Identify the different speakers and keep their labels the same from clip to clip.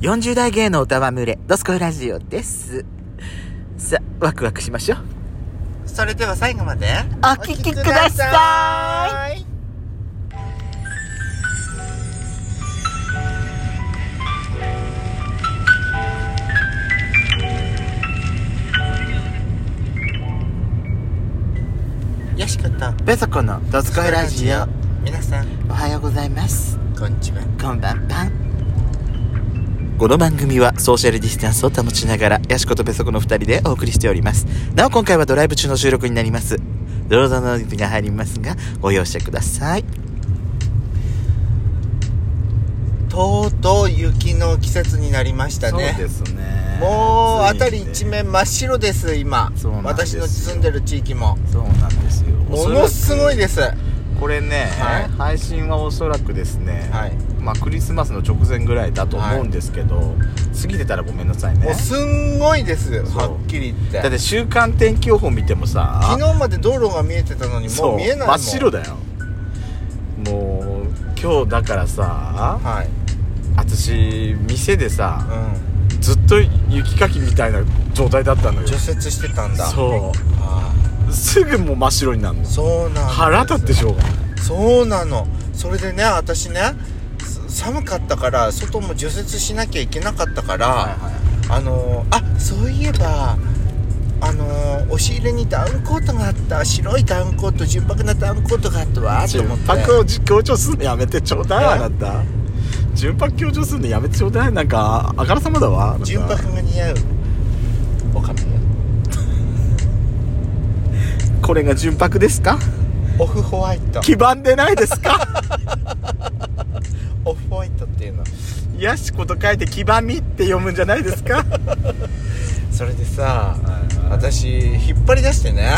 Speaker 1: 40代芸の歌は群れ、ドスコイラジオです。さあ、ワクワクしましょう。
Speaker 2: それでは最後まで
Speaker 1: お聞きくださ
Speaker 2: いよしこと
Speaker 1: ベソコのドスコイラジオ、
Speaker 2: 皆さん
Speaker 1: おはようございます。
Speaker 2: こんにちは
Speaker 1: こんばんばん。この番組はソーシャルディスタンスを保ちながら、ヤシコとペソコの二人でお送りしております。なお今回はドライブ中の収録になります。ドロドロのリプが入りますが、ご容赦ください。
Speaker 2: とうとう雪の季節になりましたね
Speaker 1: すね
Speaker 2: もう辺り一面真っ白です今
Speaker 1: そうなんです
Speaker 2: 私
Speaker 1: よ
Speaker 2: の住んでる地域も
Speaker 1: そうなんですよ
Speaker 2: ものすごいですは
Speaker 3: これね、
Speaker 2: はい
Speaker 3: 配信はおそらくですね、
Speaker 2: い
Speaker 3: まあ、クリスマスの直前ぐらいだと思うんですけど、過ぎてたらごめんなさいね
Speaker 2: もうすんごいですよ
Speaker 3: そう
Speaker 2: はっきり言って
Speaker 3: だって週間天気予報見てもさ
Speaker 2: 昨日まで道路が見えてたのにも
Speaker 3: そうう
Speaker 2: 見えないもん
Speaker 3: 真っ白だよもう今日だからさ
Speaker 2: はい
Speaker 3: 私店でさ
Speaker 2: う
Speaker 3: ずっと雪かきみたいな状態だったの
Speaker 2: ん
Speaker 3: よ
Speaker 2: 除雪してたんだう
Speaker 3: そ
Speaker 2: あ
Speaker 3: うすぐもう真っ白になるの
Speaker 2: ーそうなの
Speaker 3: 腹立ってしょうがない
Speaker 2: そうなのそれでね私ねす寒かったから外も除雪しなきゃいけなかったから、あのーあそういえばあのー押し入れにダウンコートがあった白いダウンコート純白なダウンコートがあったわーと思って
Speaker 3: 純白を強調するのやめてちょうだいわあなた純白強調するのやめてちょうだいなんかあからさまだわあなた
Speaker 2: 純白が似合うおかみよ
Speaker 3: これが純白ですか
Speaker 2: オフホワイト
Speaker 3: 黄ばんでないですか
Speaker 2: オフホワイトっていうの
Speaker 3: ヤシコと書いて黄ばみって読むんじゃないですか
Speaker 2: それでさ
Speaker 3: はいはい
Speaker 2: 私引っ張り出してね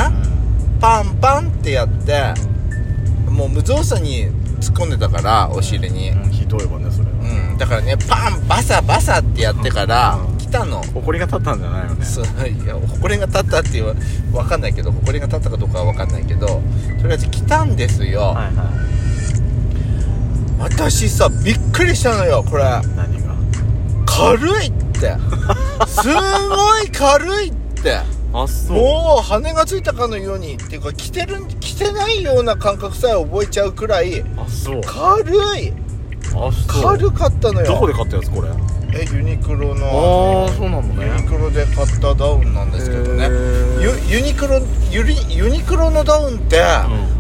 Speaker 2: パンパンってやってもう無造作に突っ込んでたから押し入れに
Speaker 3: うんひどいわねそれは
Speaker 2: うんだからねパンバサバサってやってから
Speaker 3: うん
Speaker 2: 来たの
Speaker 3: 埃が立ったんじゃないよね
Speaker 2: そういや埃が立ったっていうわかんないけど埃が立ったかどうかはわかんないけどとりあえず来たんですよ、
Speaker 3: はいはい
Speaker 2: 私さびっくりしたのよこれ
Speaker 3: 何が
Speaker 2: 軽いって すごい軽いって
Speaker 3: あそう
Speaker 2: もう羽がついたかのようにっていうか着てる着てないような感覚さえ覚えちゃうくらい
Speaker 3: あそうあ
Speaker 2: 軽い
Speaker 3: そう
Speaker 2: 軽かったのよ
Speaker 3: どこで買ったやつこれあ
Speaker 2: えユニクロの
Speaker 3: あそうなのね
Speaker 2: ユニクロで買ったダウンなんですけどね
Speaker 3: へー
Speaker 2: ユユニクロユリユニクロのダウンって、
Speaker 3: ん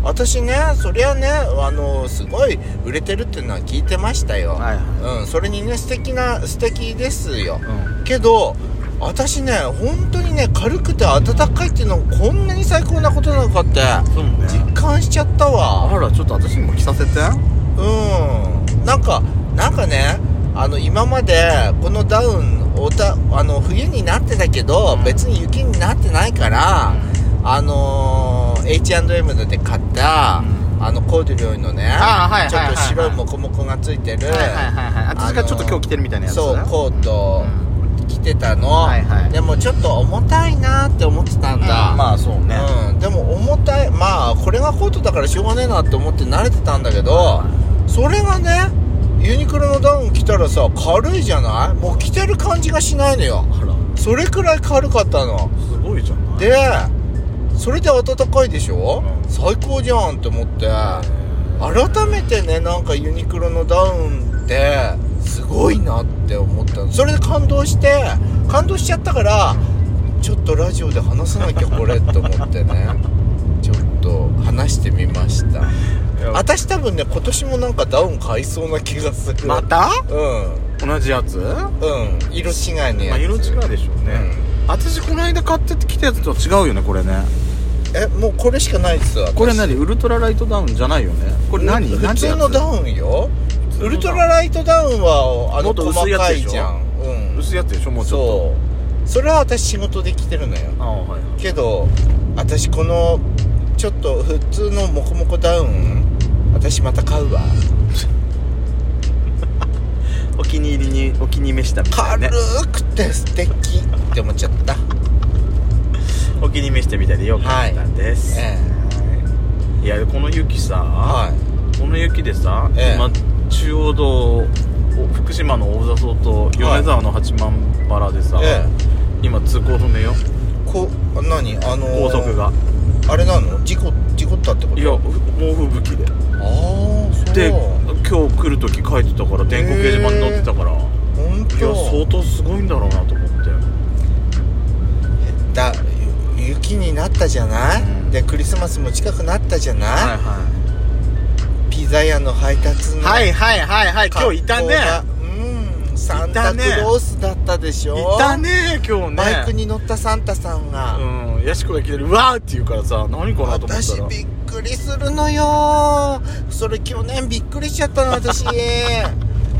Speaker 2: 私ねそりゃねあのすごい売れてるっていうのは聞いてましたよ、
Speaker 3: はいは
Speaker 2: うん、それにね素敵な素敵ですよ、
Speaker 3: うん
Speaker 2: けど私ね本当にね軽くて暖かいっていうのがこんなに最高なことなのかって
Speaker 3: そうね
Speaker 2: 実感しちゃったわ
Speaker 3: あらちょっと私にも着させて
Speaker 2: うんなんかなんかねあの今までこのダウンおたあの冬になってたけど別に雪になってないから、あのー H&M で買った、あのコーデュロイのね
Speaker 3: あーはいはい
Speaker 2: ちょっと
Speaker 3: はい
Speaker 2: 白い
Speaker 3: はい
Speaker 2: モコモコがついてる、
Speaker 3: はいはいはいはい私がちょっと今日着てるみたいなやつ
Speaker 2: そうコート着てたの、
Speaker 3: はいはい
Speaker 2: でもちょっと重たいなって思ってたんだ、
Speaker 3: まあそうね
Speaker 2: うん、でも重たいまあこれがコートだからしょうがねえなって思って慣れてたんだけどそれがねユニクロのダウン着たらさ軽いじゃないもう着てる感じがしないのよ
Speaker 3: あら
Speaker 2: それくらい軽かったの
Speaker 3: すごいじゃない
Speaker 2: でそれで暖かいでしょ
Speaker 3: うん
Speaker 2: 最高じゃんって思って改めてねなんかユニクロのダウンってすごいなって思ったのそれで感動して感動しちゃったからちょっとラジオで話さなきゃこれと思ってね ちょっと話してみました
Speaker 3: あ
Speaker 2: 私多分ね今年もなんかダウン買いそうな気がする
Speaker 3: また
Speaker 2: うん
Speaker 3: 同じやつま
Speaker 2: うん色違いね
Speaker 3: あ色違うでしょうね私この間買ってきたやつとは違うよねこれね
Speaker 2: えもうこれしかないです私
Speaker 3: これ何ウルトラライトダウンじゃないよねこれ何
Speaker 2: 普
Speaker 3: なんてや
Speaker 2: 通
Speaker 3: つ
Speaker 2: のダウンよ
Speaker 3: 普通のダ
Speaker 2: ウ
Speaker 3: ウン
Speaker 2: ルトラライトダウンはあ
Speaker 3: も
Speaker 2: の
Speaker 3: っと
Speaker 2: 細
Speaker 3: 薄いやつ
Speaker 2: か
Speaker 3: で
Speaker 2: い
Speaker 3: しょ
Speaker 2: じゃんうん
Speaker 3: 薄いやつでしょもうちょっ
Speaker 2: そうそれは私仕事で着てるのよ
Speaker 3: とああはいはい
Speaker 2: けど私このちょっと普通のモコモコダウン私また買うわ
Speaker 3: お気に入りにお気に召したみたい
Speaker 2: 軽
Speaker 3: ね
Speaker 2: くて素敵って思っちゃった
Speaker 3: お気に召したみたいでよかったです
Speaker 2: え
Speaker 3: いやこの雪さ
Speaker 2: はい
Speaker 3: この雪でさ
Speaker 2: ええ
Speaker 3: 今中央道お福島の大里と米沢の八幡原でさ、
Speaker 2: え
Speaker 3: 今通行止めよ
Speaker 2: こ何あのー
Speaker 3: 高速が
Speaker 2: あれなの事故事故ったってこと
Speaker 3: いや猛吹雪で
Speaker 2: ああそう
Speaker 3: で今日来る時書いてたから電光掲示板に載ってたからい
Speaker 2: 本当
Speaker 3: や相当すごいんだろうなと思って
Speaker 2: だゆ雪になったじゃない、
Speaker 3: うん
Speaker 2: でクリスマスも近くなったじゃない、
Speaker 3: は
Speaker 2: ピザ屋の配達の
Speaker 3: いはいはいはい
Speaker 2: 格好
Speaker 3: 今日いたね
Speaker 2: がうんサンタク
Speaker 3: いたね
Speaker 2: ロースだったでしょ
Speaker 3: いたね今日ね
Speaker 2: バイクに乗ったサンタさんが、
Speaker 3: うんヤシコが来てる「わー!」って言うからさ何かなと思ったら
Speaker 2: 私びっくりするのよそれ去年びっくりしちゃったの 私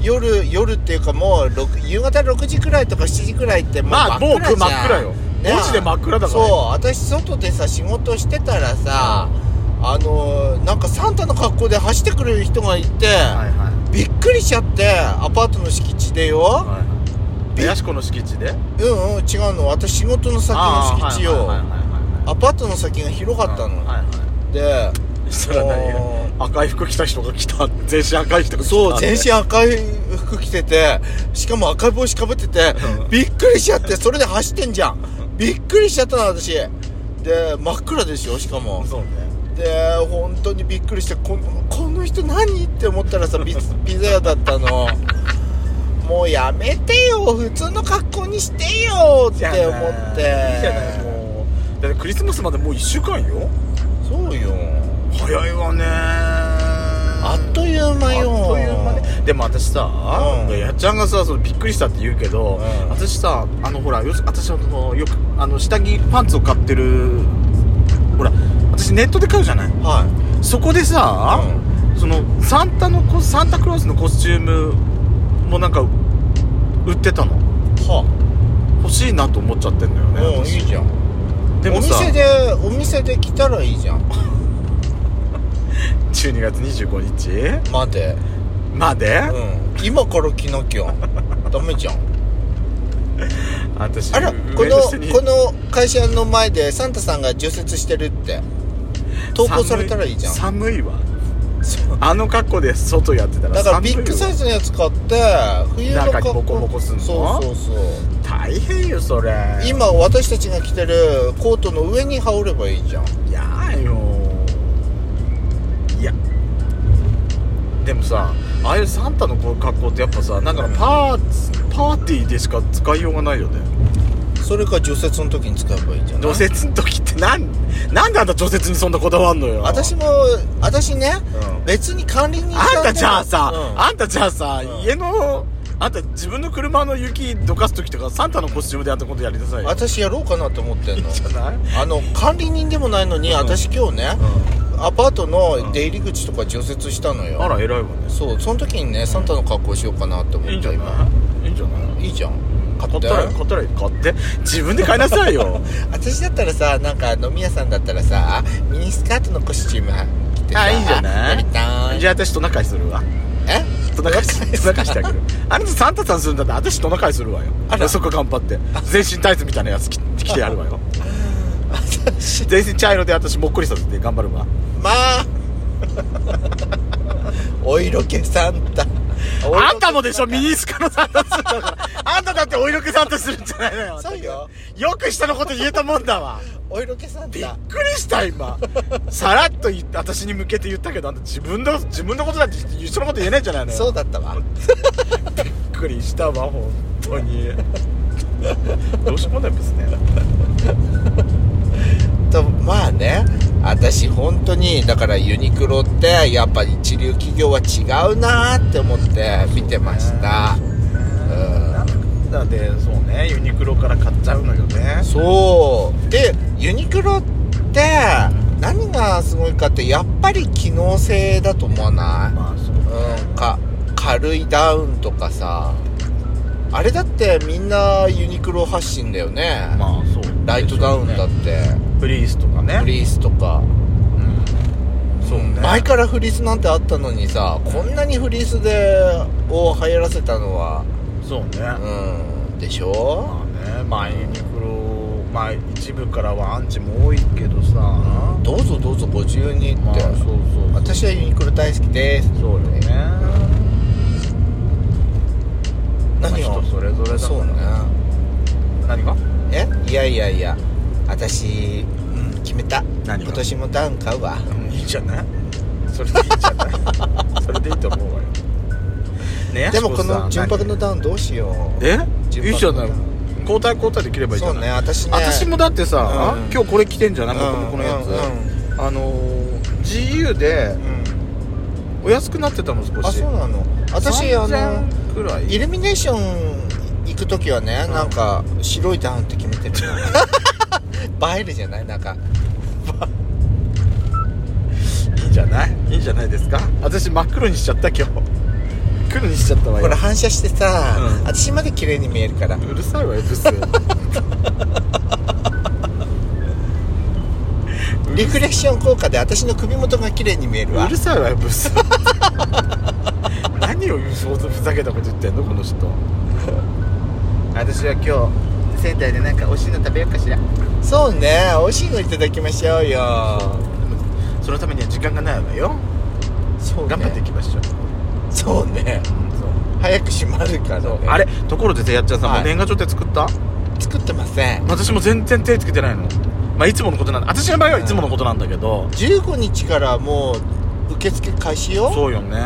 Speaker 2: 夜夜っていうかもう6夕方6時くらいとか7時くらいってもう
Speaker 3: まあもう真っ
Speaker 2: じゃん
Speaker 3: 暗よ
Speaker 2: ね
Speaker 3: マジで真っ暗だか
Speaker 2: そ
Speaker 3: ら
Speaker 2: う私外でさ仕事してたらさあのーなんかサンタの格好で走ってくれる人がいて、
Speaker 3: はいはい
Speaker 2: びっくりしちゃってアパートの敷地でよ、
Speaker 3: はいでヤシコの敷地で
Speaker 2: うんうん違うの私仕事の先
Speaker 3: あ
Speaker 2: の敷地よ、
Speaker 3: ーはいはいはいはい
Speaker 2: アパートの先が広かったの、
Speaker 3: はいはい
Speaker 2: で
Speaker 3: そしたら
Speaker 2: も
Speaker 3: 何赤い服着た人が来た全身赤い人が来た
Speaker 2: そう全身赤い服着ててしかも赤い帽子かぶってて
Speaker 3: うん
Speaker 2: びっくりしちゃってそれで走ってんじゃんびっくりしちゃったな私で真っ暗ですよしかも
Speaker 3: そうね
Speaker 2: で本当にびっくりしてこのこの人何って思ったらさピピザ屋 だったのもうやめてよ普通の格好にしてよって思って
Speaker 3: いいじゃないもうだってクリスマスまでもう1週間よ
Speaker 2: そうよ
Speaker 3: 早いわね
Speaker 2: あ
Speaker 3: あ
Speaker 2: っという間よ
Speaker 3: あっという間ねでも私さ、
Speaker 2: うん
Speaker 3: やっちゃんがさそのびっくりしたって言うけど、
Speaker 2: うん
Speaker 3: 私さあのほらよし私はそのよくあの下着パンツを買ってるほら私ネットで買うじゃない
Speaker 2: は
Speaker 3: そこでさ、
Speaker 2: う
Speaker 3: そのサンタのコサンタクロースのコスチュームもなんか売ってたの
Speaker 2: いは
Speaker 3: 欲しいなと思っちゃってんだよね、
Speaker 2: うんいい
Speaker 3: 私
Speaker 2: じゃん
Speaker 3: でもさ
Speaker 2: お店でお店で来たらいいじゃん
Speaker 3: 12月25日
Speaker 2: 待て
Speaker 3: まで、
Speaker 2: うん今から来なき ゃダメじゃん
Speaker 3: 私
Speaker 2: あらこ
Speaker 3: 上
Speaker 2: の
Speaker 3: 下に
Speaker 2: この会社の前でサンタさんが除雪してるって投稿されたらいいじゃん
Speaker 3: 寒い寒いわあの格好で外やってたら
Speaker 2: だから
Speaker 3: 寒い
Speaker 2: ビ
Speaker 3: よ
Speaker 2: ッグサイズのやつ買って冬の格好
Speaker 3: 中にボコボコすんの
Speaker 2: そうそうそう
Speaker 3: 大変よそれ
Speaker 2: 今私たちが着てるコートの上に羽織ればいいじゃん
Speaker 3: いやーよいやでもさああいうサンタのこう格好ってやっぱさなんかパー,、パーティーでしか使いようがないよね
Speaker 2: それか除雪の時に使えばいいじゃん
Speaker 3: 除雪の時ってなんなんであんた除雪にそんなこだわんのよ
Speaker 2: 私も私ね
Speaker 3: うん
Speaker 2: 別に管理人
Speaker 3: あんたじゃあさ、
Speaker 2: うん
Speaker 3: あんたじゃあさ、
Speaker 2: うん
Speaker 3: 家のあんた自分の車の雪どかす時とかサンタのコスチュームであったことやりなさいよ
Speaker 2: 私やろうかなと思ってんの
Speaker 3: じゃない、
Speaker 2: あの管理人でもないのに、
Speaker 3: うん
Speaker 2: 私今日ね、アパートの出入り口とか除雪したのよ、
Speaker 3: あら偉いわね
Speaker 2: そうその時にねサンタの格好しようかなって思った
Speaker 3: いいんじゃ
Speaker 2: 今
Speaker 3: ないいいんじゃない
Speaker 2: いいじゃん買
Speaker 3: 買
Speaker 2: っ
Speaker 3: ってたら買ったら買って自分で買いなさい よ
Speaker 2: 私だったらさなんか飲み屋さんだったらさミニスカートのコスチューム着てさ
Speaker 3: あいいんじゃない
Speaker 2: やりたい
Speaker 3: じゃあ私トナカイするわ
Speaker 2: え
Speaker 3: トナカイしトナカイしてあげる あなたサンタさんするんだったら私トナカイするわよ
Speaker 2: あら
Speaker 3: そこ頑張って全身タイツみたいなやつ 着着てやるわよ全身茶色で私もっこりさせて頑張るわ
Speaker 2: まあ お色気サンタ
Speaker 3: あんたもでしょミニスカのサンタするんだからあんただってお色気サンタするんじゃないのよ
Speaker 2: そうよ
Speaker 3: よく人のこと言えたもんだわ
Speaker 2: お色気サン
Speaker 3: びっ
Speaker 2: タ
Speaker 3: くりした今 さらっと言って私に向けて言ったけどあんた自分の自分のことだって人のこと言えないじゃないのよ
Speaker 2: そうだったわ
Speaker 3: びっくりしたわ本当に どうしようもないですね
Speaker 2: とまあね私本当にだからユニクロってやっぱ一流企業は違うなーって思って見てました
Speaker 3: なんだでそうねユニクロから買っちゃうのよね
Speaker 2: そうでユニクロって何がすごいかってやっぱり機能性だと思わな
Speaker 3: まあそう
Speaker 2: いうんか軽いダウンとかさあれだってみんなユニクロ発信だよね
Speaker 3: まあそう
Speaker 2: ライトダウンだっ
Speaker 3: ね
Speaker 2: て
Speaker 3: フリースとかね
Speaker 2: フリースとか
Speaker 3: うんそうね
Speaker 2: 前からフリースなんてあったのにさこんなにフリースでを流行らせたのは
Speaker 3: そうね、
Speaker 2: うんでしょ
Speaker 3: まあねまあユニクロまあ一部からはアンチも多いけどさ、
Speaker 2: どうぞどうぞご自由にって、
Speaker 3: まあそうそう
Speaker 2: 私はユニクロ大好きです
Speaker 3: そうよねまあ人それぞれだか
Speaker 2: そうね
Speaker 3: ら何が
Speaker 2: えいやいやいや私、うん、決めた今
Speaker 3: 何が
Speaker 2: 年もダウン買うわ
Speaker 3: いいんじゃないそれでいいんじゃない それでいいと思うわよね
Speaker 2: でもこ
Speaker 3: やし
Speaker 2: の
Speaker 3: さ
Speaker 2: 純白のダウンどうしよう
Speaker 3: え
Speaker 2: 純白の
Speaker 3: いいじゃない交代交代できればいいじ
Speaker 2: そ
Speaker 3: ゃ
Speaker 2: う
Speaker 3: ない
Speaker 2: ね私ね
Speaker 3: 私もだってさ
Speaker 2: うん
Speaker 3: 今日これ着てんじゃない僕
Speaker 2: うん
Speaker 3: もこのや
Speaker 2: うん
Speaker 3: つあのー GU で
Speaker 2: うん
Speaker 3: お安くなってたの少し
Speaker 2: あそうなの私あの
Speaker 3: 3000くらい
Speaker 2: イルミネーション行く時はね、
Speaker 3: うん
Speaker 2: なんか白いダウンって決めてる の映えるじゃないなんか
Speaker 3: いいんじゃないいいんじゃないですか私真っ黒にしちゃった今日黒にしちゃったわ
Speaker 2: こ
Speaker 3: よ
Speaker 2: れ反射してさ、
Speaker 3: うん
Speaker 2: 私まで綺麗に見えるから
Speaker 3: うるさいわよブス
Speaker 2: リフレクション効果で私の首元が綺麗に見えるわ
Speaker 3: うるさいわよブス 何をそうふざけたこと言ってんのこの人 私は今日仙台でなんか美味しいの食べようかしら
Speaker 2: そうね美味しいのいただきましょうよ
Speaker 3: そのためには時間がないわよ
Speaker 2: そうね
Speaker 3: 頑張っていきましょう
Speaker 2: そうね早く閉まるからね
Speaker 3: あれところでさやっちゃんさん、
Speaker 2: はい
Speaker 3: もう年賀状って作った
Speaker 2: 作ってません
Speaker 3: 私も全然手つけてないのまあいつものことなんだ私の場合はいつものことなんだけど、
Speaker 2: 15日からもう受付開始よ
Speaker 3: そうよね、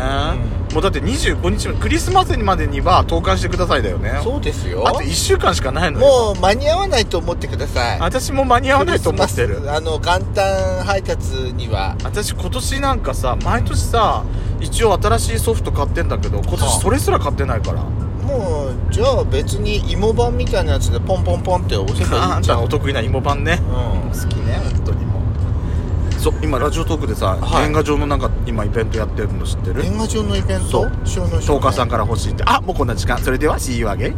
Speaker 3: もうだって25日のクリスマスにまでには投函してくださいだよね
Speaker 2: そうですよ
Speaker 3: あと1週間しかないのよ
Speaker 2: もう間に合わないと思ってください
Speaker 3: 私も間に合わないと思って
Speaker 2: クリス
Speaker 3: る
Speaker 2: マスあの元旦配達には
Speaker 3: 私今年なんかさ毎年さ一応新しいソフト買ってんだけど今
Speaker 2: はあ
Speaker 3: 年それすら買ってな いから、
Speaker 2: もうじゃあ別に芋版みたいなやつでポンポンポンって押せばい
Speaker 3: あ
Speaker 2: い
Speaker 3: ん
Speaker 2: じゃ
Speaker 3: た
Speaker 2: ん
Speaker 3: のお得意な芋版ね
Speaker 2: うん
Speaker 3: 好きね本当にもうそう今ラジオトークでさ、
Speaker 2: はい
Speaker 3: 年賀状のなんか今イベントやってるの知ってる
Speaker 2: 年賀状のイベント
Speaker 3: そう
Speaker 2: 小野
Speaker 3: 10日さんから欲しいってあもうこんな時間それでは See you again